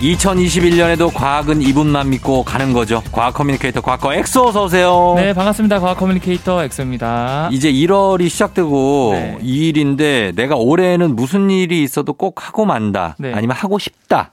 이천이십일 년에도 과학은 이분만 믿고 가는 거죠 과학 커뮤니케이터 과거 엑소 어서 오세요 네, 반갑습니다. 과학 커뮤니케이터 엑소입니다. 이제 1월이 시작되고 아. 네. 이 2일인데 내가 올해는 무슨 일이 있어도 꼭 하고 만다 네. 아니면 하고 싶다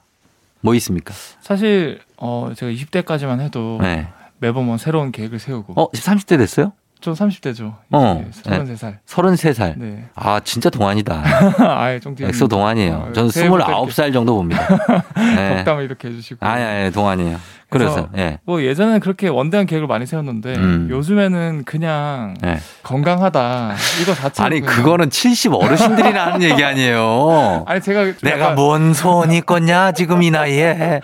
뭐 있습니까? 사실 어 제가 20대까지만 해도 네. 매번 뭐 새로운 계획을 세우고 어, 30대 됐어요? 좀 30대죠. 어, 이제 33살. 33살. 네. 아, 진짜 동안이다. 아예 좀 뒤에 엑소 동안이에요. 어, 저는 새해 복 받을게요. 29살 정도 봅니다. 네. 덕담을 이렇게 해 주시고. 아니, 예. 아니, 동안이에요. 그래서, 예. 뭐 예전에는 그렇게 원대한 계획을 많이 세웠는데 음. 요즘에는 그냥 예. 건강하다 이거 자체 아니, 그거는 70 어르신들이나 하는 얘기 아니에요. 아니 제가 아, 좀 내가 뭐 약간 뭔 소원이 있겠냐, 지금 이 나이에.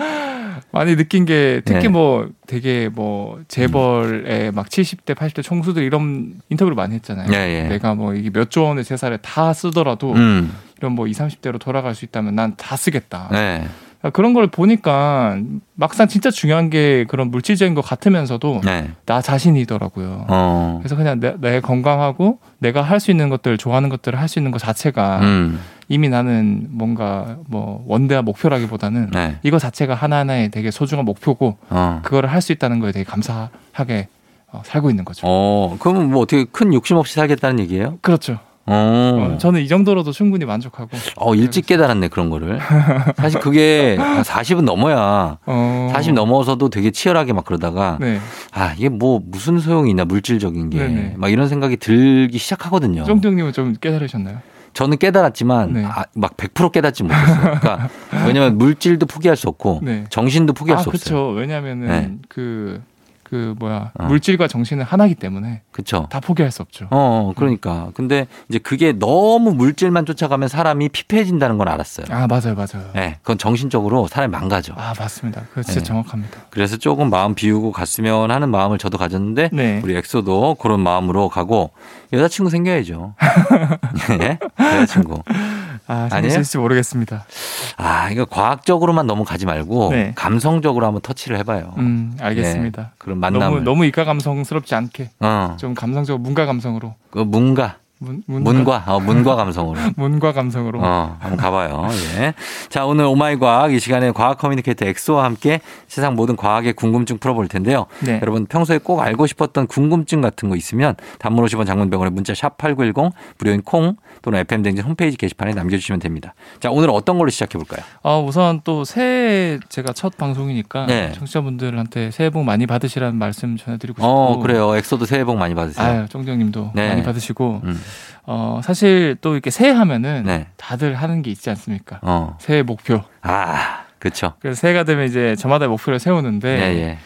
많이 느낀 게 특히 네. 뭐 되게 뭐 재벌에 막 70대 80대 총수들 이런 인터뷰를 많이 했잖아요. 예, 예. 내가 뭐 이게 몇 조 원의 재산을 다 쓰더라도 음, 이런 뭐 20, 30대로 돌아갈 수 있다면 난 다 쓰겠다. 네. 그러니까 그런 걸 보니까 막상 진짜 중요한 게 그런 물질적인 것 같으면서도 네. 나 자신이더라고요. 어. 그래서 그냥 내, 내 건강하고 내가 할 수 있는 것들 좋아하는 것들을 할 수 있는 것 자체가 음, 이미 나는 뭔가 뭐 원대한 목표라기보다는 네. 이거 자체가 하나하나의 되게 소중한 목표고 어. 그거를 할 수 있다는 거에 되게 감사하게 어, 살고 있는 거죠. 어, 그럼 뭐 어떻게 큰 욕심 없이 살겠다는 얘기예요? 그렇죠. 어. 어, 저는 이 정도로도 충분히 만족하고. 어, 일찍 깨달았네, 그런 거를. 사실 그게 40은 넘어야. 어... 40 넘어서도 되게 치열하게 막 그러다가, 네. 아, 이게 뭐 무슨 소용이 있나, 물질적인 게. 네네. 막 이런 생각이 들기 시작하거든요. 쫑쫑님은 좀 깨달으셨나요? 저는 깨달았지만, 네. 아, 막 100% 깨닫지 못했어요. 그러니까, 왜냐면 물질도 포기할 수 없고, 네. 정신도 포기할 아, 수 없어요. 그렇죠. 네. 왜냐면은 그, 그 뭐야 어. 물질과 정신은 하나기 때문에 그쵸. 다 포기할 수 없죠. 어, 어, 그러니까. 근데 이제 그게 너무 물질만 쫓아가면 사람이 피폐해진다는 걸 알았어요. 아 맞아요, 맞아요. 네, 그건 정신적으로 사람이 망가져. 아 맞습니다. 그거 진짜 네. 정확합니다. 그래서 조금 마음 비우고 갔으면 하는 마음을 저도 가졌는데 네. 우리 엑소도 그런 마음으로 가고 여자친구 생겨야죠. 예? 여자친구. 아 아니에요? 재밌을지 모르겠습니다. 아, 이거 과학적으로만 너무 가지 말고 네. 감성적으로 한번 터치를 해봐요. 예, 음 알겠습니다. 그런 어. 너무 네. 만남을. 너무 이가 감성스럽지 않게 어, 좀 감성적으로 문과 감성으로 그 문과, 문, 문과, 어, 문과 감성으로. 문과 감성으로 어, 한번 가봐요. 예. 자, 오늘 오마이 과학 이 시간에 과학 커뮤니케이터 엑소와 함께 세상 모든 과학의 궁금증 풀어볼 텐데요. 네. 여러분 평소에 꼭 알고 싶었던 궁금증 같은 거 있으면 단문 50원 장문병원에 문자 샵 8910 무료인 콩 또는 FM 댕진 홈페이지 게시판에 남겨주시면 됩니다. 자, 오늘 어떤 걸로 시작해 볼까요? 아, 우선 또 새해 제가 첫 방송이니까 네. 청취자분들한테 새해 복 많이 받으시라는 말씀 전해드리고 싶고 어, 그래요. 엑소도 새해 복 많이 받으세요. 아유 쫑정님도 네. 많이 받으시고 음, 어 사실 또 이렇게 새해 하면은 네. 다들 하는 게 있지 않습니까? 어. 새해 목표. 아, 그렇죠. 그래서 새해가 되면 이제 저마다 목표를 세우는데 예, 예.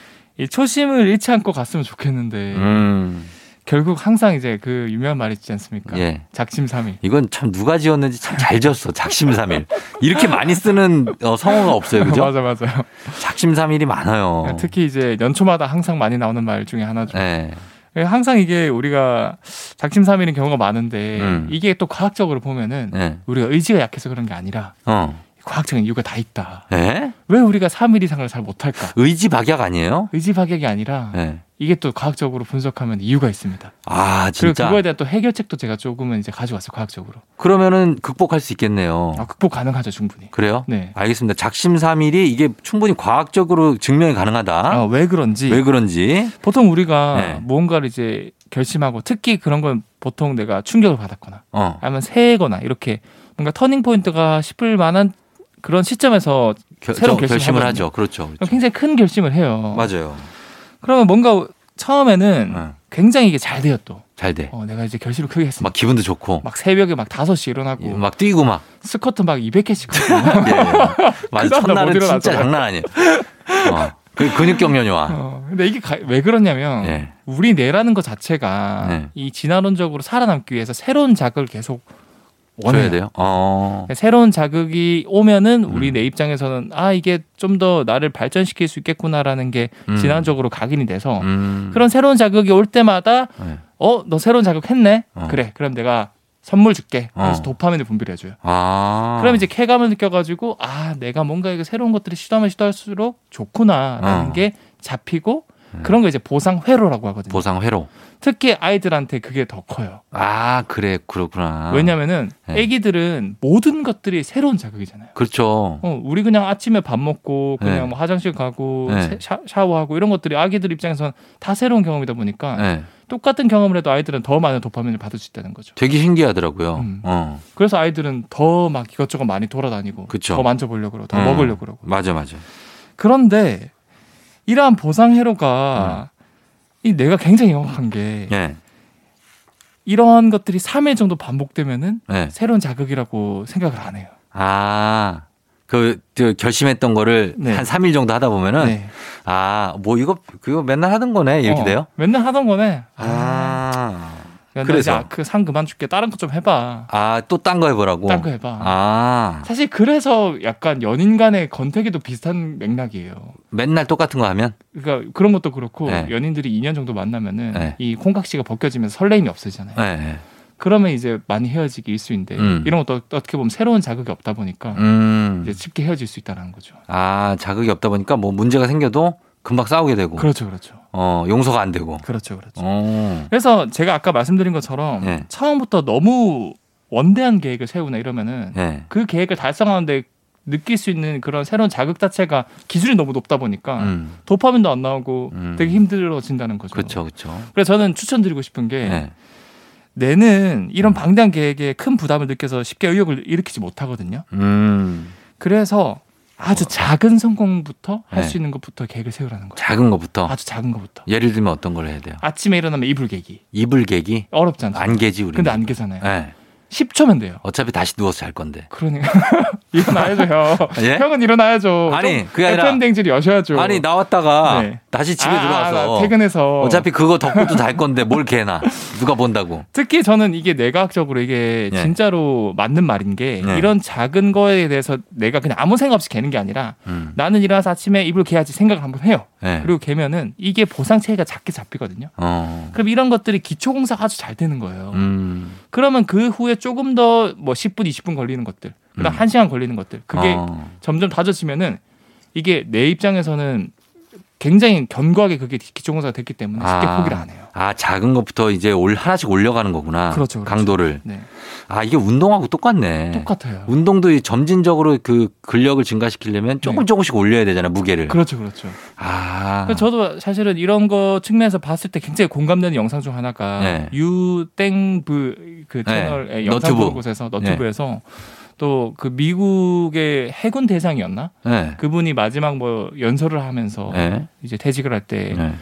이 초심을 잃지 않고 갔으면 좋겠는데 음. 결국 항상 이제 그 유명한 말 있지 않습니까? 예. 작심삼일. 이건 참 누가 지었는지 참 잘 지었어. 작심삼일. 이렇게 많이 쓰는 어, 성어가 없어요. 그죠? 어. 맞아 맞아요. 네, 작심삼일이 많아요. 특히 이제 연초마다 항상 많이 나오는 말 중에 하나죠. 예. 항상 이게 우리가 작심삼일인 경우가 많은데 음. 이게 또 과학적으로 보면은 예. 우리가 의지가 약해서 그런 게 아니라 어. 과학적인 이유가 다 있다. 예? 왜 우리가 3일 이상을 잘 못할까? 의지박약 아니에요? 의지 박약이 아니라 예. 이게 또 과학적으로 분석하면 이유가 있습니다. 아, 그리고 진짜. 그거에 대한 또 해결책도 제가 조금은 이제 가져왔어요 과학적으로. 그러면은 극복할 수 있겠네요. 아, 극복 가능하죠 충분히. 그래요? 네. 알겠습니다. 작심삼일이 이게 충분히 과학적으로 증명이 가능하다. 아, 왜 그런지 왜 그런지. 보통 우리가 네. 무언가를 이제 결심하고 특히 그런 건 보통 내가 충격을 받았거나 어, 아니면 새해거나 이렇게 뭔가 터닝 포인트가 싶을 만한 그런 시점에서 결, 새로운 저- 결심을 결심을 하죠. 그렇죠. 그렇죠. 굉장히 큰 결심을 해요. 맞아요. 그러면 뭔가 처음에는 어, 굉장히 이게 잘 돼요 또. 잘 돼. 어, 내가 이제 결심을 크게 했으니까 막 기분도 좋고. 막 새벽에 막 5시 일어나고 예, 막 뛰고 막. 스쿼트 막 200개씩 하고 예, 예. 맞아. 그다음 나못 첫날은 진짜 일어나잖아. 장난 아니에요. 어, 그 근육 경련이 와. 어, 근데 이게 가- 왜 그러냐면 예. 우리 뇌라는 것 자체가 네. 이 진화론적으로 살아남기 위해서 새로운 자극을 계속 줘야 원해요. 돼요. 어. 새로운 자극이 오면은 우리 음. 내 입장에서는 아 이게 좀 더 나를 발전시킬 수 있겠구나라는 게 음. 진화적으로 각인이 돼서 음. 그런 새로운 자극이 올 때마다 네. 어 너 새로운 자극 했네 어. 그래 그럼 내가 선물 줄게. 그래서 어. 도파민을 분비를 해줘요. 아. 그럼 이제 쾌감을 느껴가지고 아 내가 뭔가 이거 새로운 것들을 시도하면 시도할수록 좋구나라는 어. 게 잡히고 음. 그런 거 이제 보상 회로라고 하거든요. 보상 회로. 특히 아이들한테 그게 더 커요. 아 그래 그렇구나. 왜냐면은 네. 아기들은 모든 것들이 새로운 자극이잖아요. 그렇죠. 어, 우리 그냥 아침에 밥 먹고 그냥 네. 뭐 화장실 가고 네. 세- 샤, 샤워하고 이런 것들이 아기들 입장에서는 다 새로운 경험이다 보니까 네. 똑같은 경험을 해도 아이들은 더 많은 도파민을 받을 수 있다는 거죠. 되게 신기하더라고요. 음. 어 그래서 아이들은 더 막 이것저것 많이 돌아다니고 그쵸. 더 만져보려고 그러고 더 음. 먹으려고 그러고 맞아 맞아. 그런데 이러한 보상 회로가 이 내가 굉장히 영악한 게 음. 예. 이러한 것들이 3회 정도 반복되면은 예. 새로운 자극이라고 생각을 안 해요. 아. 그, 저 결심했던 거를 네. 한 3일 정도 하다 보면은 네. 아, 뭐 이거 그거 맨날 하는 거네. 이렇게 어, 돼요? 맨날 하던 거네. 아. 아. 그래서. 그래서 그상 그만 줄게. 다른 거 좀 해봐. 아, 또 딴 거 해 보라고. 딴 거 해봐. 아. 사실 그래서 약간 연인 간의 건태기도 비슷한 맥락이에요. 맨날 똑같은 거 하면 그러니까 그런 것도 그렇고 네. 연인들이 2년 정도 만나면은 네. 이 콩깍지가 벗겨지면서 설레임이 없어지잖아요. 예. 네. 그러면 이제 많이 헤어지기 일수인데 음. 이런 것도 어떻게 보면 새로운 자극이 없다 보니까 음. 이제 쉽게 헤어질 수 있다는 거죠. 아, 자극이 없다 보니까 뭐 문제가 생겨도 금방 싸우게 되고 그렇죠, 그렇죠, 어, 용서가 안 되고. 그렇죠, 그렇죠. 어. 그래서 제가 아까 말씀드린 것처럼 네. 처음부터 너무 원대한 계획을 세우나 이러면은 예. 그 계획을 달성하는데 느낄 수 있는 그런 새로운 자극 자체가 기준이 너무 높다 보니까 음. 도파민도 안 나오고 음. 되게 힘들어진다는 거죠. 네. 그렇죠. 그렇죠. 그래서 저는 추천드리고 싶은 게 예. 음. 내는 이런 방대한 계획에 큰 부담을 느껴서 쉽게 의욕을 일으키지 못하거든요. 음. 그래서 어. 아주 작은 성공부터 할 네. 수 있는 것부터 계획을 세우라는 거예요. 작은 거부터 아주 작은 것부터. 예를 들면 어떤 걸 해야 돼요? 아침에 일어나면 이불 개기. 이불 개기? 어렵지 않죠. 안 개지 우리. 근데 안 개잖아요. 예. 10초면 돼요. 어차피 다시 누워서 잘 건데. 그러니까 일어나야죠, 형. 예? 형은 일어나야죠. 아니, 그게 아니라- 팬 댕질 여셔야죠. 아니 나왔다가 네. 다시 집에 아, 들어와서 나 퇴근해서 어차피 그거 덮고도 잘 건데 뭘 개나 누가 본다고. 특히 저는 이게 내과학적으로 이게 예. 진짜로 맞는 말인 게 예. 이런 작은 거에 대해서 내가 그냥 아무 생각 없이 개는 게 아니라 음. 나는 일어나서 아침에 이불 개야지 생각을 한번 해요. 예. 그리고 개면은 이게 보상 체계가 작게 잡히거든요. 어. 그럼 이런 것들이 기초 공사가 아주 잘 되는 거예요. 음. 그러면 그 후에 조금 더 뭐 10분, 20분 걸리는 것들, 그다음 음. 1시간 걸리는 것들. 그게 어. 점점 다져지면은 이게 내 입장에서는 굉장히 견고하게 그게 기초 공사가 됐기 때문에 쉽게 아. 포기를 안 해요. 아 작은 것부터 이제 올 하나씩 올려가는 거구나. 그렇죠, 그렇죠. 강도를. 네. 아 이게 운동하고 똑같네. 똑같아요. 운동도 이 점진적으로 그 근력을 증가시키려면 조금 네. 조금씩 올려야 되잖아 무게를. 그렇죠, 그렇죠. 네. 아. 그래서 저도 사실은 이런 거 측면에서 봤을 때 굉장히 공감되는 영상 중 하나가 네. 유땡브 그 네. 채널의 영상 너튜브. 보는 곳에서 너튜브에서 또 그 미국의 해군 대상이었나 예. 그분이 마지막 뭐 연설을 하면서 예. 이제 퇴직을 할 때 예.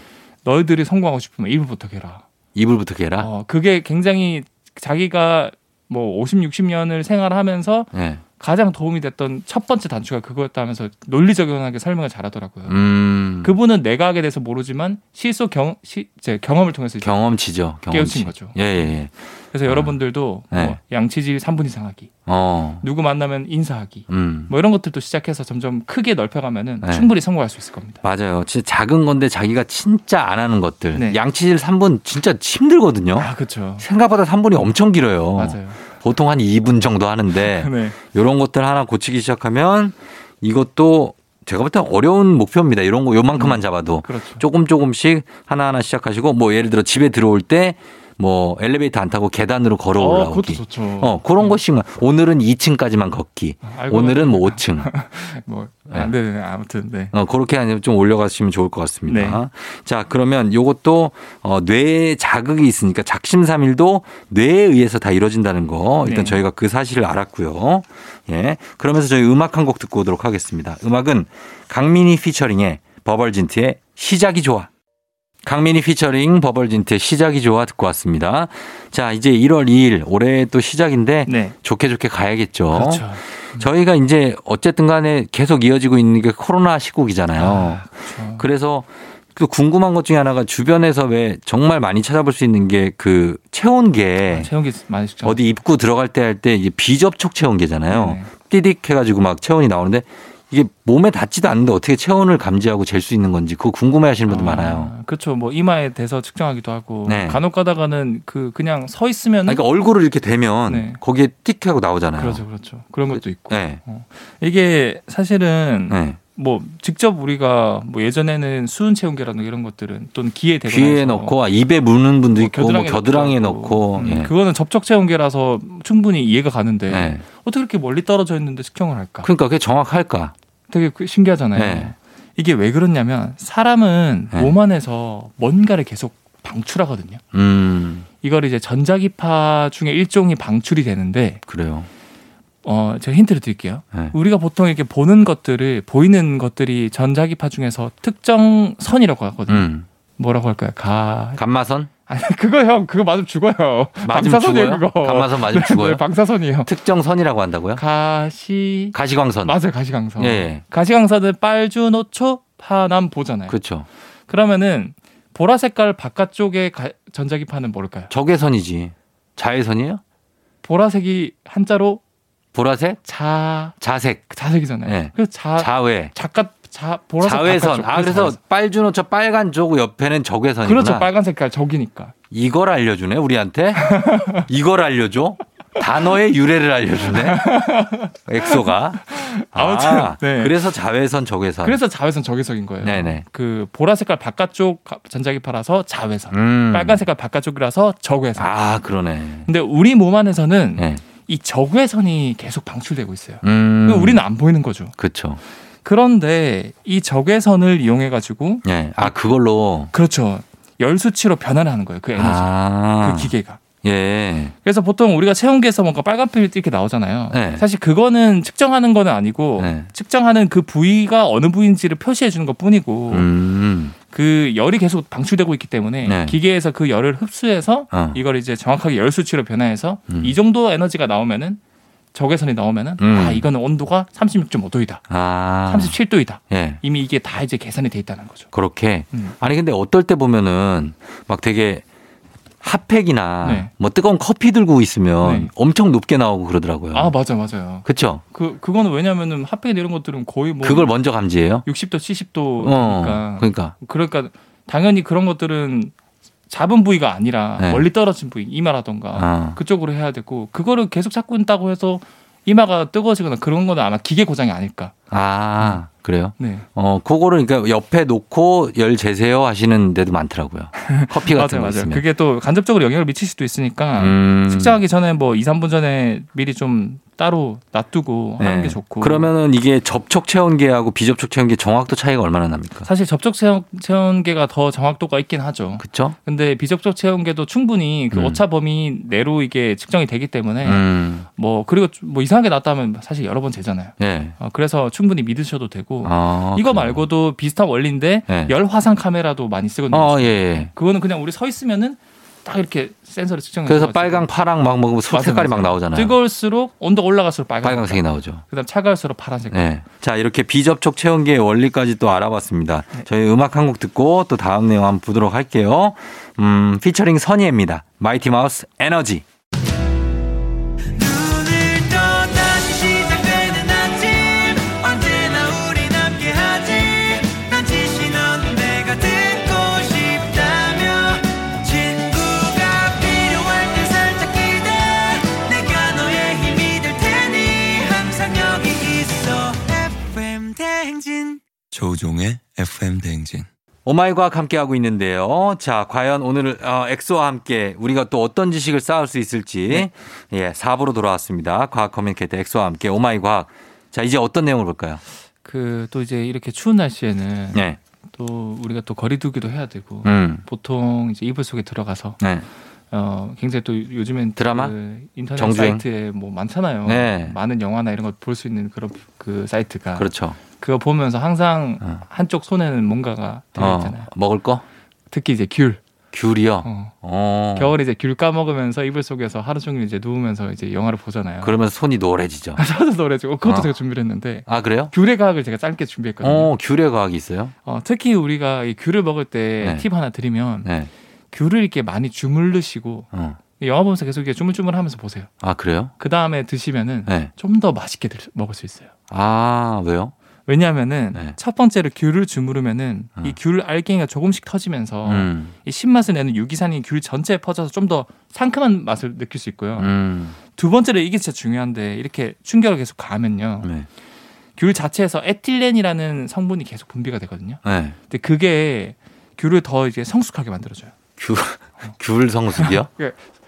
너희들이 성공하고 싶으면 일부부터 개라. 이불부터 개라. 어, 그게 굉장히 자기가 뭐 50, 60년을 생활하면서 예. 가장 도움이 됐던 첫 번째 단추가 그거였다면서 논리적연하게 설명을 잘하더라고요. 음. 그분은 내과학에 대해서 모르지만 실소 경, 시, 제 경험을 통해서 이제 경험치죠. 경험치. 깨우친 거죠. 예, 예, 예. 그래서 아. 여러분들도 네. 뭐 양치질 3분 이상 하기, 어. 누구 만나면 인사하기, 음. 뭐 이런 것들도 시작해서 점점 크게 넓혀가면은 네. 충분히 성공할 수 있을 겁니다. 맞아요. 진짜 작은 건데 자기가 진짜 안 하는 것들. 네. 양치질 3분 진짜 힘들거든요. 아, 그렇죠. 생각보다 3분이 엄청 어? 길어요. 맞아요. 보통 한 2분 정도 하는데 네. 이런 것들 하나 고치기 시작하면 이것도 제가 볼 땐 어려운 목표입니다. 이런 거 요만큼만 잡아도 그렇죠. 조금 조금씩 하나하나 시작하시고 뭐 예를 들어 집에 들어올 때 뭐 엘리베이터 안 타고 계단으로 걸어 어, 그것도 올라오기. 좋죠. 음. 어, 그런 것이면 오늘은 2층까지만 걷기. 아, 알고 오늘은 뭐 5층. 뭐, 네. 아, 네, 네, 네. 아무튼, 네. 어, 그렇게 아니면 좀 올려가시면 좋을 것 같습니다. 네. 자, 그러면 요것도 어, 뇌에 자극이 있으니까 작심삼일도 뇌에 의해서 다 이루어진다는 거 일단 네. 저희가 그 사실을 알았고요. 예. 그러면서 저희 음악 한 곡 듣고 오도록 하겠습니다. 음악은 강민희 피처링의 버벌진트의 시작이 좋아. 강민희 피처링 버벌진트의 시작이 좋아 듣고 왔습니다. 자, 이제 1월 2일 올해 또 시작인데 네. 좋게 좋게 가야겠죠. 그렇죠. 저희가 이제 어쨌든 간에 계속 이어지고 있는 게 코로나 시국이잖아요. 아, 그렇죠. 그래서 또 궁금한 것 중에 하나가 주변에서 왜 정말 많이 찾아볼 수 있는 게 그 체온계 채용기 네. 많이 시죠 네. 네. 어디 입구 들어갈 때 할 때 이제 비접촉 체온계잖아요. 띠딕 해가지고 막 체온이 나오는데 이게 몸에 닿지도 않는데 어떻게 체온을 감지하고 잴 수 있는 건지 그거 궁금해 하시는 분도 아, 많아요. 그렇죠. 뭐 이마에 대서 측정하기도 하고 네. 간혹 가다가는 그 그냥 서 있으면 아니, 그러니까 얼굴을 이렇게 대면 네. 거기에 띡 하고 나오잖아요. 그렇죠, 그렇죠. 그런 것도 있고 네. 이게 사실은 네. 뭐 직접 우리가 뭐 예전에는 수은 체온계라든가 이런 것들은 또는 기에 뭐 대고 귀에 넣고 아, 입에 무는 분도 있고 뭐 겨드랑이에 넣고 예. 음, 그거는 접촉 체온계라서 충분히 이해가 가는데 네. 어떻게 이렇게 멀리 떨어져 있는데 측정을 할까? 그러니까 그게 정확할까? 되게 그- 신기하잖아요. 네. 이게 왜 그렇냐면 사람은 네. 몸 안에서 뭔가를 계속 방출하거든요. 음 이걸 이제 전자기파 중에 일종이 방출이 되는데 그래요. 어 제가 힌트를 드릴게요. 네. 우리가 보통 이렇게 보는 것들을 보이는 것들이 전자기파 중에서 특정 선이라고 하거든요. 음 뭐라고 할까요? 가 감마선 아니 그거 형 그거 맞으면 죽어요. 맞으면 방사선이에요 죽어요. 그거. 감마선 맞으면 네, 죽어요. 네, 방사선이에요. 특정 선이라고 한다고요? 가시 가시광선. 맞아요 가시강선. 예, 예. 가시강선은 빨주노초 파남 보잖아요. 그렇죠. 그러면은 보라 색깔 바깥쪽에 가- 전자기파는 뭘까요? 적외선이지. 자외선이에요? 보라색이 한자로 보라색? 자 자색. 자색이잖아요. 네. 그래서 자 자외. 작가 자 보라색 자외선. 바깥쪽. 아 그래서 빨주노 저 빨간 쪽 옆에는 적외선이구나. 그렇죠 빨간 색깔 적이니까. 이걸 알려주네 우리한테. 이걸 알려줘. 단어의 유래를 알려주네. 엑소가. 아, 아무튼, 네. 그래서 자외선 적외선. 그래서 자외선 적외선인 거예요. 아. 네네. 그 보라 색깔 바깥쪽 가- 전자기파라서 자외선. 음. 빨간 색깔 바깥쪽이라서 적외선. 아 그러네. 근데 우리 몸 안에서는 네. 이 적외선이 계속 방출되고 있어요. 음. 그럼 우리는 안 보이는 거죠. 그렇죠. 그런데 이 적외선을 이용해 가지고 예. 아 그걸로. 그렇죠. 열 수치로 변환을 하는 거예요. 그 에너지, 아. 그 기계가. 예. 그래서 보통 우리가 체온계에서 뭔가 빨간빛 이렇게 나오잖아요. 네. 사실 그거는 측정하는 건 아니고 네. 측정하는 그 부위가 어느 부위인지를 표시해 주는 것 뿐이고 음. 그 열이 계속 방출되고 있기 때문에 네. 기계에서 그 열을 흡수해서 어. 이걸 이제 정확하게 열 수치로 변화해서 음. 이 정도 에너지가 나오면은 적외선이 나오면은 음. 아 이거는 온도가 36.5도이다, 아. 37도이다 예. 이미 이게 다 이제 계산이 돼 있다는 거죠. 그렇게. 음. 아니 근데 어떨 때 보면은 막 되게 핫팩이나 네. 뭐 뜨거운 커피 들고 있으면 네. 엄청 높게 나오고 그러더라고요. 아 맞아 맞아요. 그렇죠. 그 그거는 왜냐면은 핫팩 이런 것들은 거의 뭐 그걸 먼저 감지해요. 60도 70도 어. 그러니까 그러니까. 그러니까 당연히 그런 것들은 잡은 부위가 아니라 네. 멀리 떨어진 부위 이마라던가 아. 그쪽으로 해야 되고 그거를 계속 잡고 있다고 해서 이마가 뜨거워지거나 그런 건 아마 기계 고장이 아닐까. 아, 그래요. 네. 어, 그거를 그러니까 옆에 놓고 열 재세요 하시는 데도 많더라고요. 커피 같은 거 맞아요, 맞아요. 있으면. 그게 또 간접적으로 영향을 미칠 수도 있으니까 음. 측정하기 전에 뭐 2, 3분 전에 미리 좀 따로 놔두고 하는 네. 게 좋고. 그러면은 이게 접촉 체온계하고 비접촉 체온계 정확도 차이가 얼마나 납니까? 사실 접촉 체온- 체온계가 더 정확도가 있긴 하죠. 그렇죠? 근데 비접촉 체온계도 충분히 그 음. 오차 범위 내로 이게 측정이 되기 때문에 음. 뭐 그리고 좀- 뭐 이상하게 났다면 사실 여러 번 재잖아요. 예. 어, 그래서 충분히 믿으셔도 되고 아, 뭐 이거 그래요. 말고도 비슷한 원리인데 예. 열 화상 카메라도 많이 쓰거든요. 어, 예, 예. 그거는 그냥 우리 서 있으면은 딱 이렇게 센서를 측정해 그래서 줘가지고 빨강, 파랑 막 먹으면 음, 맞아요, 색깔이 막 맞아요. 나오잖아요. 뜨거울수록 온도 올라갈수록 빨간 빨강색이 나오죠. 그다음 차가울수록 파란색 네. 자, 이렇게 비접촉 체온계의 원리까지 또 알아봤습니다. 네. 저희 음악 한 곡 듣고 또 다음 내용 한번 보도록 할게요. 음, 피처링 선예입니다. 마이티 마우스 에너지. 오늘 또 다시 시작되는 아침 언제나 우린 함께하지 난 지시 넌 내가 듣고 싶다며 친구가 필요할 때 살짝 기대 내가 너의 힘이 될 테니 항상 여기 있어 FM 대행진 조우종의 FM 대행진. 오마이과학 함께하고 있는데요. 자, 과연 오늘 어, 엑소와 함께 우리가 또 어떤 지식을 쌓을 수 네. 있을지 예, 4부로 돌아왔습니다. 과학 커뮤니케이터 엑소와 함께 오마이과학. 자, 이제 어떤 내용을 볼까요? 그 또 이제 이렇게 추운 날씨에는 네. 또 우리가 또 거리두기도 해야 되고 음. 보통 이제 이불 속에 들어가서 네. 어 굉장히 또 요즘엔 드라마? 그 인터넷 정주행? 사이트에 뭐 많잖아요. 네. 많은 영화나 이런 거 볼 수 있는 그런 그 사이트가 그렇죠. 그거 보면서 항상 어. 한쪽 손에는 뭔가가 들어 어, 네, 있잖아요. 먹을 거? 특히 이제 귤. 귤이요. 어. 어. 겨울에 이제 귤 까먹으면서 이불 속에서 하루 종일 이제 누우면서 이제 영화를 보잖아요. 그러면 손이 노래지죠. 찾아서 노래죠. 그것도 어. 제가 준비를 했는데 아, 그래요? 귤의 과학을 제가 짧게 준비했거든요. 어, 귤의 과학이 있어요? 어, 특히 우리가 이 귤을 먹을 때 네. 팁 하나 드리면 네. 귤을 이렇게 많이 주물르시고 어. 영화 보면서 계속 이렇게 주물주물하면서 보세요. 아, 그래요? 그 다음에 드시면은 네. 좀 더 맛있게 들- 먹을 수 있어요. 아, 왜요? 왜냐하면은 네. 첫 번째로 귤을 주무르면은 어. 이 귤 알갱이가 조금씩 터지면서 음. 이 신맛을 내는 유기산이 귤 전체에 퍼져서 좀 더 상큼한 맛을 느낄 수 있고요. 음. 두 번째로 이게 진짜 중요한데 이렇게 충격을 계속 가면요. 네. 귤 자체에서 에틸렌이라는 성분이 계속 분비가 되거든요. 네. 근데 그게 귤을 더 이제 성숙하게 만들어줘요. 귤, 귤 성숙이요?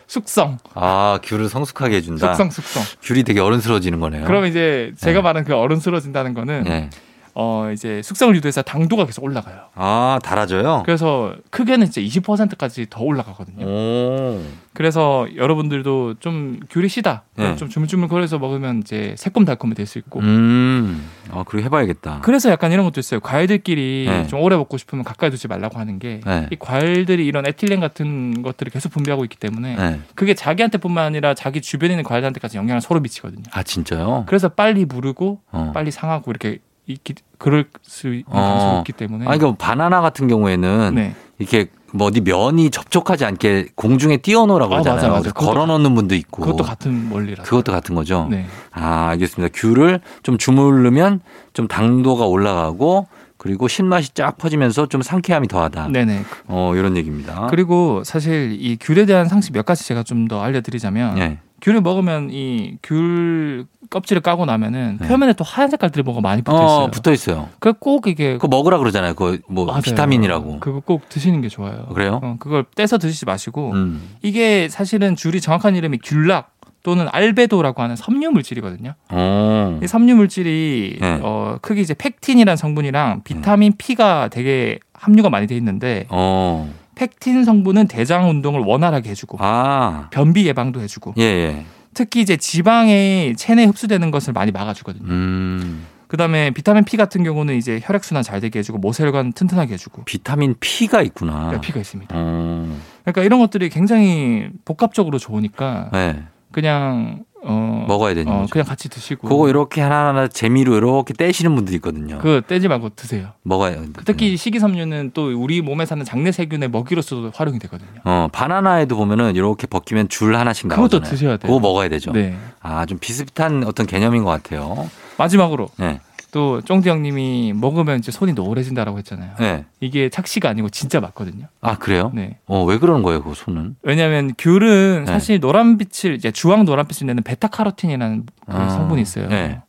숙성, 아, 귤을 성숙하게 해준다. 숙성, 숙성. 귤이 되게 어른스러워지는 거네요. 그러면 이제 제가 네. 말한 그 어른스러워진다는 거는 예. 어 이제 숙성을 유도해서 당도가 계속 올라가요. 아, 달아져요? 그래서 크게는 이제 20%까지 더 올라가거든요. 어. 오. 그래서 여러분들도 좀 귤이 시다. 네. 좀 주물주물거려서 먹으면 이제 새콤달콤이 될 수 있고. 음. 아, 그리고 해봐야겠다. 그래서 약간 이런 것도 있어요. 과일들끼리 네. 좀 오래 먹고 싶으면 가까이 두지 말라고 하는 게 이 네. 과일들이 이런 에틸렌 같은 것들을 계속 분비하고 있기 때문에 네. 그게 자기한테뿐만 아니라 자기 주변에 있는 과일들한테까지 영향을 서로 미치거든요. 아, 진짜요? 그래서 빨리 무르고 어. 빨리 상하고 이렇게 있기, 그럴 수 있는 어. 가능성이 있기 때문에 아니, 그러니까 바나나 같은 경우에는 네. 이렇게 뭐 어디 면이 접촉하지 않게 공중에 띄워놓으라고 아, 그러잖아요. 맞아, 맞아. 그래서 그것도 걸어놓는 분도 있고. 그것도 같은 원리라. 그것도 같은 거죠? 네. 아, 알겠습니다. 귤을 좀 주물르면 좀 당도가 올라가고 그리고 신맛이 쫙 퍼지면서 좀 상쾌함이 더하다. 네네. 어, 이런 얘기입니다. 그리고 사실 이 귤에 대한 상식 몇 가지 제가 좀 더 알려드리자면 예. 귤을 먹으면 이 귤 껍질을 까고 나면은 네. 표면에 또 하얀 색깔들이 뭐가 많이 붙어 있어요. 어, 붙어 있어요. 그꼭 이게 그거 먹으라 그러잖아요. 그거 뭐 맞아요. 비타민이라고. 그거 꼭 드시는 게 좋아요. 그래요? 어, 그걸 떼서 드시지 마시고 음. 이게 사실은 귤이 정확한 이름이 귤락 또는 알베도라고 하는 섬유 물질이거든요. 어. 이 섬유 물질이 네. 음. 어, 크게 이제 펙틴이라는 성분이랑 비타민 P가 되게 함유가 많이 돼 있는데 어. 펙틴 성분은 대장 운동을 원활하게 해주고 아. 변비 예방도 해주고 예, 예. 특히 이제 지방이 체내 흡수되는 것을 많이 막아주거든요. 음. 그다음에 비타민 P 같은 경우는 이제 혈액 순환 잘 되게 해주고 모세혈관 튼튼하게 해주고 비타민 P가 있구나. 네, P가 있습니다. 어. 그러니까 이런 것들이 굉장히 복합적으로 좋으니까 네. 그냥 어, 먹어야 되는 어, 거죠. 그냥 같이 드시고 그거 이렇게 하나하나 재미로 이렇게 떼시는 분들이 있거든요. 그거 떼지 말고 드세요. 그 먹어야 특히 식이섬유는 또 우리 몸에 사는 장내 세균의 먹이로서도 활용이 되거든요. 어, 바나나에도 보면은 이렇게 벗기면 줄 하나씩 나오잖아요. 그것도 드셔야 돼요. 그거 먹어야 되죠. 네. 아, 좀 비슷한 어떤 개념인 것 같아요. 마지막으로 네. 또 쫑디 형님이 먹으면 이제 손이 노래진다라고 했잖아요. 네. 이게 착시가 아니고 진짜 맞거든요. 아, 그래요? 네. 어, 왜 그러는 거예요, 그 손은? 왜냐하면 귤은 네. 사실 노란빛을 이제 주황 노란빛을 내는 베타카로틴이라는 그 아, 성분이 있어요. 네.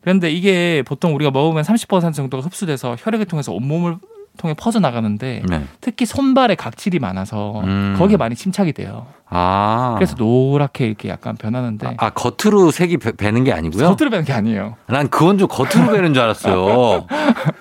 그런데 이게 보통 우리가 먹으면 30% 정도가 흡수돼서 혈액을 통해서 온몸을 통해 퍼져 나가는데 네. 특히 손발에 각질이 많아서 음. 거기에 많이 침착이 돼요. 아. 그래서 노랗게 이렇게 약간 변하는데 아, 아, 겉으로 색이 배, 배는 게 아니고요? 네. 겉으로 변한 게 아니에요. 난 그건 좀 겉으로 배는 줄 알았어요.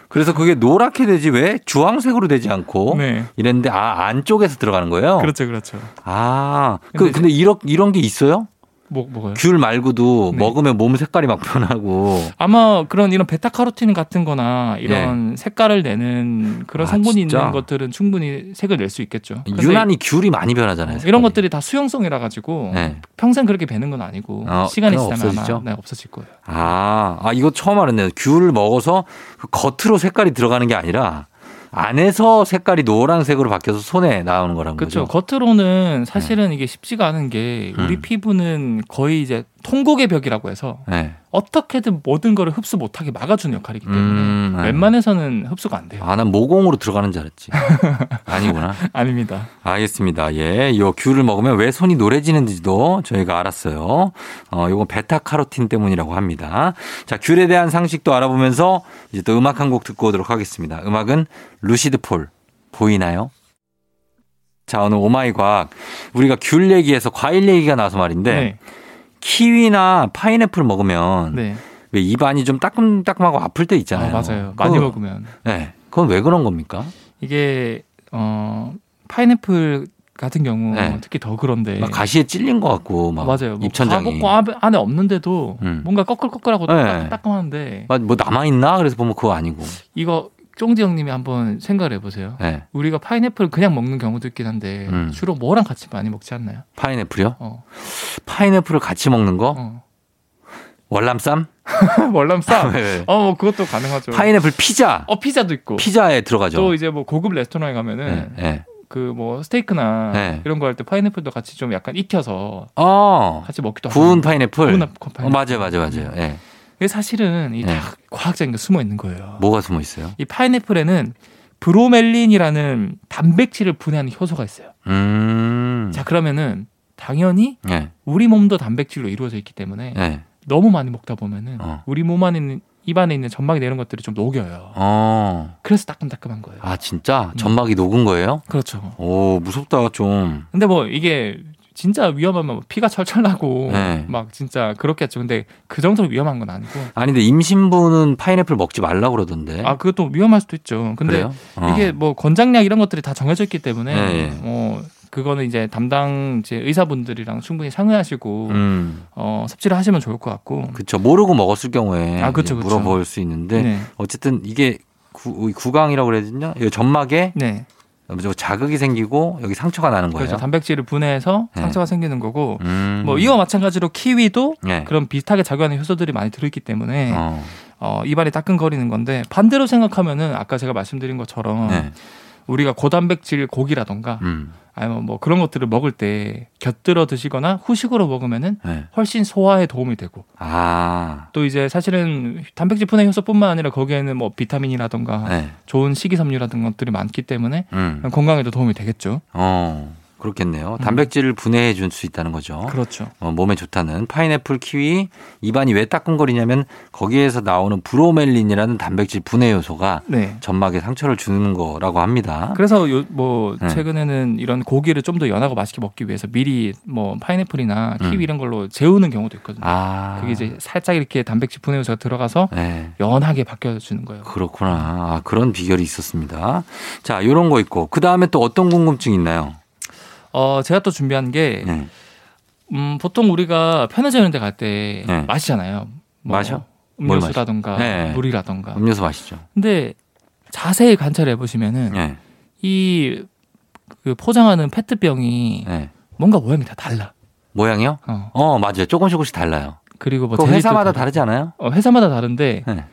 그래서 그게 노랗게 되지 왜 주황색으로 되지 않고 네. 이랬는데 아, 안쪽에서 뭐? 들어가는 거예요? 그렇죠, 그렇죠. 아, 그 근데 근데 이런 이런 게 있어요? 뭐 먹어요? 귤 말고도 네. 먹으면 몸 색깔이 막 변하고 아마 그런 이런 베타카로틴 같은 거나 이런 색깔을 내는 그런 예. 아, 성분이 진짜? 있는 것들은 충분히 색을 낼 수 있겠죠. 근데 유난히 귤이 많이 변하잖아요. 색깔이. 이런 것들이 다 수용성이라 가지고 네. 평생 그렇게 배는 건 아니고 어, 시간이 그럼 지나면 없어지죠? 아마 네, 없어질 거예요. 아, 아 이거 처음 알았네요. 귤을 먹어서 그 겉으로 색깔이 들어가는 게 아니라 안에서 색깔이 노란색으로 바뀌어서 손에 나오는 거라는 그렇죠. 거죠. 네. 겉으로는 사실은 이게 쉽지가 않은 게 우리 음. 피부는 거의 이제 통곡의 벽이라고 해서 네. 어떻게든 모든 거를 흡수 못하게 막아주는 역할이기 때문에 음, 네. 웬만해서는 흡수가 안 돼요. 아, 난 모공으로 들어가는 줄 알았지. 아니구나. 아. 닙니다 알겠습니다. 예. 요 귤을 먹으면 왜 손이 노래지는지도 저희가 알았어요. 어, 요건 베타카로틴 때문이라고 합니다. 자, 귤에 대한 상식도 알아보면서 이제 또 음악 한 곡 듣고 오도록 하겠습니다. 음악은 루시드 폴. 보이나요? 자, 오늘 오마이 과학. 우리가 귤 얘기에서 과일 얘기가 나와서 말인데 키위나 파인애플 먹으면 네. 왜 입안이 좀 따끔따끔하고 아플 때 아, 있잖아요. 맞아요. 많이 그거- 먹으면 네. 그건 왜 그런 겁니까? 이게 어 파인애플 같은 경우 네. 특히 더 그런데 막 가시에 찔린 것 같고 막 예. 맞아요. 뭐 입천장이 다 먹고 안에 없는데도 음. 뭔가 꺼끌꺼끌하고 네. 따- 따끔따끔한데 맞, 뭐 남아있나? 그래서 보면 그거 아니고. 이거 쫑지 형님이 한번 생각을 해보세요. 네. 우리가 파인애플 그냥 먹는 경우도 있긴 한데 음. 주로 뭐랑 같이 많이 먹지 않나요? 파인애플이요? 어. 파인애플을 같이 먹는 거? 어. 월남쌈? 월남쌈. 네, 네. 어, 뭐 그것도 가능하죠. 파인애플 피자. 어 피자도 있고. 피자에 들어가죠. 또 이제 뭐 고급 레스토랑에 네. 가면은 네. 그 뭐 스테이크나 네. 이런 거 할 때 파인애플도 같이 좀 약간 익혀서 어, 같이 먹기도 하고. 구운 파인애플. 구운 파인애플. 어, 맞아요, 맞아요, 맞아요. 예. 이게 사실은 이 다 네. 과학적인 게 숨어 있는 거예요. 뭐가 숨어 있어요? 이 파인애플에는 브로멜린이라는 단백질을 분해하는 효소가 있어요. 음. 자 그러면은 당연히 예. 우리 몸도 단백질로 이루어져 있기 때문에 예. 너무 많이 먹다 보면은 어. 우리 몸 안에 있는 입안에 있는 점막이 내는 것들이 좀 녹여요. 어. 그래서 따끔따끔한 거예요. 아, 진짜? 음. 점막이 녹은 거예요? 그렇죠. 오, 무섭다, 좀. 근데 뭐 이게 진짜 위험하면 뭐 피가 철철 나고 네. 막 진짜 그렇겠죠. 근데 그 정도로 위험한 건 아니고 아니, 근데 임신부는 파인애플 먹지 말라 그러던데. 아 그것도 위험할 수도 있죠. 근데 네. 그래요? 어. 이게 뭐 권장량 이런 것들이 다 정해져 있기 때문에 네, 네. 어 그거는 이제 담당 이제 의사분들이랑 충분히 상의하시고 음. 어 섭취를 하시면 좋을 것 같고. 그쵸. 모르고 먹었을 경우에 아, 그쵸, 이제 그쵸. 물어볼 수 있는데 네. 어쨌든 이게 구, 강이라고 그래야 되냐? 이 점막에 네. 저 자극이 생기고 여기 상처가 나는 거예요. 그렇죠. 단백질을 분해해서 네. 상처가 생기는 거고 음. 뭐 이와 마찬가지로 키위도 예. 그런 비슷하게 작용하는 효소들이 많이 들어있기 때문에 어. 어. 입안이 따끔거리는 건데 반대로 생각하면은 아까 제가 말씀드린 것처럼 네. 우리가 고단백질 고기라던가 음. 아니면 뭐 그런 것들을 먹을 때 곁들여 드시거나 후식으로 먹으면은 네. 훨씬 소화에 도움이 되고 아. 또 이제 사실은 단백질 분해 효소뿐만 아니라 거기에는 뭐 비타민이라던가 네. 좋은 식이섬유라든가 것들이 많기 때문에 음. 건강에도 도움이 되겠죠. 어. 그렇겠네요. 단백질을 분해해 줄 수 있다는 거죠. 음. 그렇죠. 어, 몸에 좋다는 파인애플 키위 입안이 왜 따끔거리냐면 거기에서 나오는 브로멜린이라는 단백질 분해 요소가 네. 점막에 상처를 주는 거라고 합니다. 그래서 요, 뭐 네. 최근에는 이런 고기를 좀 더 연하고 맛있게 먹기 위해서 미리 뭐 파인애플이나 키위 음. 이런 걸로 재우는 경우도 있거든요. 아. 그게 이제 살짝 이렇게 단백질 분해 요소가 들어가서 네. 연하게 바뀌어 주는 거예요. 그렇구나. 아, 그런 비결이 있었습니다. 자, 요런 거 있고. 그 다음에 또 어떤 궁금증 있나요? 어, 제가 또 준비한 게 네. 음, 보통 우리가 편의점 이런 데 갈 때 네. 마시잖아요. 뭐 마셔? 뭘 마셔? 음료수라던가 네. 물이라던가. 음료수 마시죠. 근데 자세히 관찰해 보시면은 네. 이그 포장하는 페트병이 네. 뭔가 모양이 다 달라. 모양이요? 어. 어, 맞아요. 조금씩 조금씩 달라요. 그리고 뭐 그거 재질도 회사마다 다르고. 다르지 않아요? 어, 회사마다 다른데 네.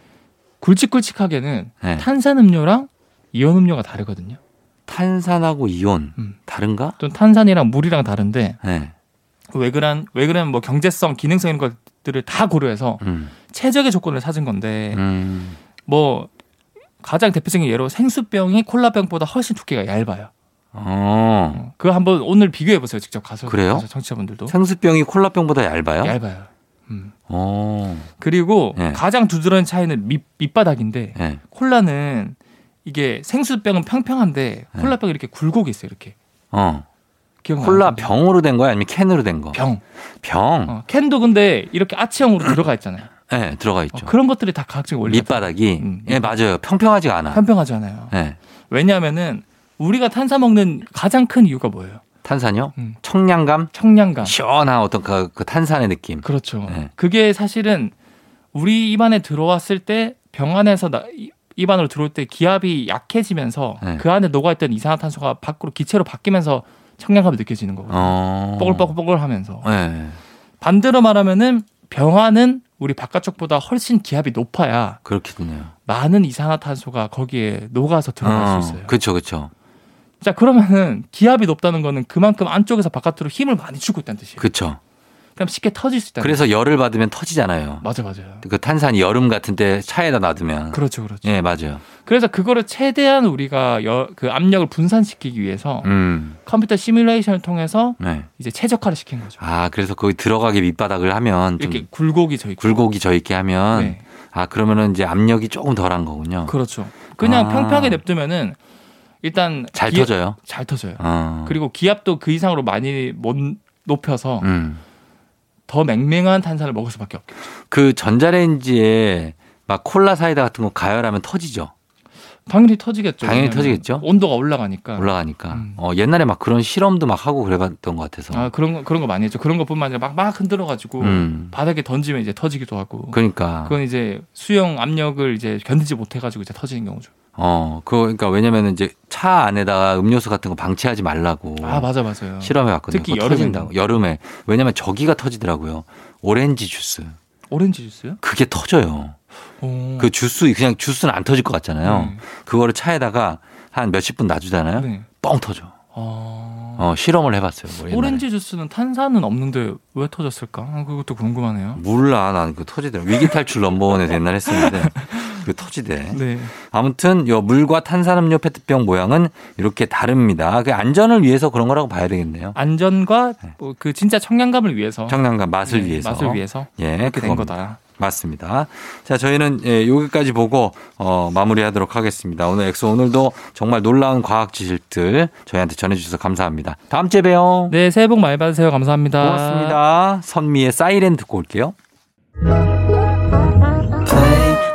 굵직굵직하게는 네. 탄산 음료랑 이온 음료가 다르거든요. 탄산하고 이온 음. 다른가? 또 탄산이랑 물이랑 다른데 네. 왜 그런 왜 그런 뭐 경제성, 기능성 이런 것들을 다 고려해서 음. 최적의 조건을 찾은 건데 음. 뭐 가장 대표적인 예로 생수병이 콜라병보다 훨씬 두께가 얇아요. 어. 어, 그거 한번 오늘 비교해 보세요. 직접 가서 그래요? 가서 청취자분들도 생수병이 콜라병보다 얇아요? 얇아요. 음. 어. 그리고 네. 가장 두드러진 차이는 밑, 밑바닥인데 네. 콜라는 이게 생수병은 평평한데 콜라병이 이렇게 굴곡이 있어요. 이렇게 어. 네. 기억나요? 네. 콜라 병으로 된 거야? 아니면 캔으로 된 거? 뭐 병. 병. 어, 캔도 근데 이렇게 아치형으로 들어가 있잖아요. 네, 들어가 어, 있죠. 그런 것들이 다 과학적인 원리. 밑바닥이. 음. 예, 맞아요. 평평하지가 않아. 평평하지 않아요. 네. 왜냐하면은 우리가 탄산 먹는 가장 큰 이유가 뭐예요? 탄산요? 음. 아. 청량감? 청량감. 시원한 어떤 그, 그 탄산의 느낌. 그렇죠. 네. 그게 사실은 우리 입안에 들어왔을 때 병 안에서 나, 이- 입안으로 들어올 때 기압이 약해지면서 네. 그 안에 녹아 있던 이산화탄소가 밖으로 기체로 바뀌면서 청량감이 느껴지는 거고. 요 어. 뽀글뽀글뽀글하면서 네. 반대로 말하면은 병안은 우리 바깥쪽보다 훨씬 기압이 높아야 그렇겠네요. 많은 이산화탄소가 거기에 녹아서 들어갈 수 있어요. 그렇죠, 그렇죠. 자 그러면은 기압이 높다는 거는 그만큼 안쪽에서 바깥으로 힘을 많이 주고 있다는 뜻이에요. 그렇죠. 그럼 쉽게 터질 수 있다는. 그래서 열을 받으면 터지잖아요. 네. 맞아 맞아요. 그 탄산이 여름 같은 때 차에다 놔두면. 그렇죠 그렇죠. 예, 맞아요. 그래서 그거를 최대한 우리가 여, 그 압력을 분산시키기 위해서 음. 컴퓨터 시뮬레이션을 통해서 네. 이제 최적화를 시킨 거죠. 아, 그래서 거기 들어가게 밑바닥을 하면 좀 이렇게 굴곡이 저 있고. 굴곡이 져 있게 하면 네. 아, 그러면은 이제 압력이 조금 덜한 거군요. 그렇죠. 그냥 아. 평평하게 냅두면은 일단 잘 기압- 터져요. 잘 터져요. 어. 그리고 기압도 그 이상으로 많이 못 높여서 음. 더 맹맹한 탄산을 먹을 수밖에 없겠죠. 그 전자레인지에 막 콜라 사이다 같은 거 가열하면 터지죠. 당연히 터지겠죠. 당연히 왜냐면 터지겠죠. 온도가 올라가니까. 올라가니까. 음. 어, 옛날에 막 그런 실험도 막 하고 그래봤던 것 같아서. 아 그런 거 그런 거 많이 했죠. 그런 것뿐만 아니라 막 막 흔들어 가지고 음. 바닥에 던지면 이제 터지기도 하고. 그러니까. 어. 그건 이제 수영 압력을 이제 견디지 못해가지고 이제 터지는 경우죠. 어, 그거 그러니까 왜냐면 이제 차 안에다가 음료수 같은 거 방치하지 말라고 아 맞아 맞아요. 실험해 봤거든요. 특히 그거 여름에는. 터진다고. 여름에. 왜냐면 저기가 터지더라고요. 오렌지 주스. 오렌지 주스요? 그게 터져요. 오. 그 주스 그냥 주스는 안 터질 것 같잖아요. 네. 그거를 차에다가 한 몇십 분 놔주잖아요. 네. 뻥 터져. 어... 어, 실험을 해봤어요. 뭐 옛날에. 오렌지 주스는 탄산은 없는데 왜 터졌을까? 아, 그것도 궁금하네요. 몰라, 난 그 토지대. 위기 탈출 넘버원에서 옛날 했었는데. 그 토지대. 네. 아무튼, 요 물과 탄산음료 페트병 모양은 이렇게 다릅니다. 그 안전을 위해서 그런 거라고 봐야 되겠네요. 안전과 뭐그 진짜 청량감을 위해서 청량감, 맛을 네, 위해서. 맛을 위해서 예, 그렇게 된 그겁니다. 거다. 맞습니다. 자, 저희는 예, 여기까지 보고 어, 마무리하도록 하겠습니다. 오늘 엑소 오늘도 정말 놀라운 과학 지식들 저희한테 전해주셔서 감사합니다. 다음 주에 봬요. 네, 새해 복 많이 받으세요. 감사합니다. 고맙습니다. 선미의 사이렌 듣고 올게요.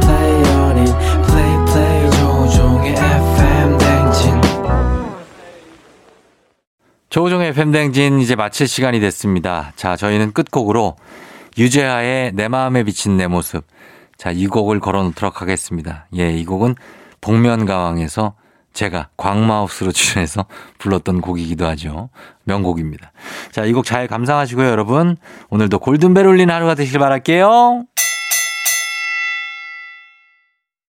play on it play play 조종의 FM 댕진 조우종의 팬댕진 이제 마칠 시간이 됐습니다. 자, 저희는 끝곡으로 유재하의 내 마음에 비친 내 모습. 자, 이 곡을 걸어놓도록 하겠습니다. 예, 이 곡은 복면가왕에서 제가 광마우스로 출연해서 불렀던 곡이기도 하죠. 명곡입니다. 자, 이 곡 잘 감상하시고요, 여러분. 오늘도 골든벨 울린 하루가 되길 바랄게요.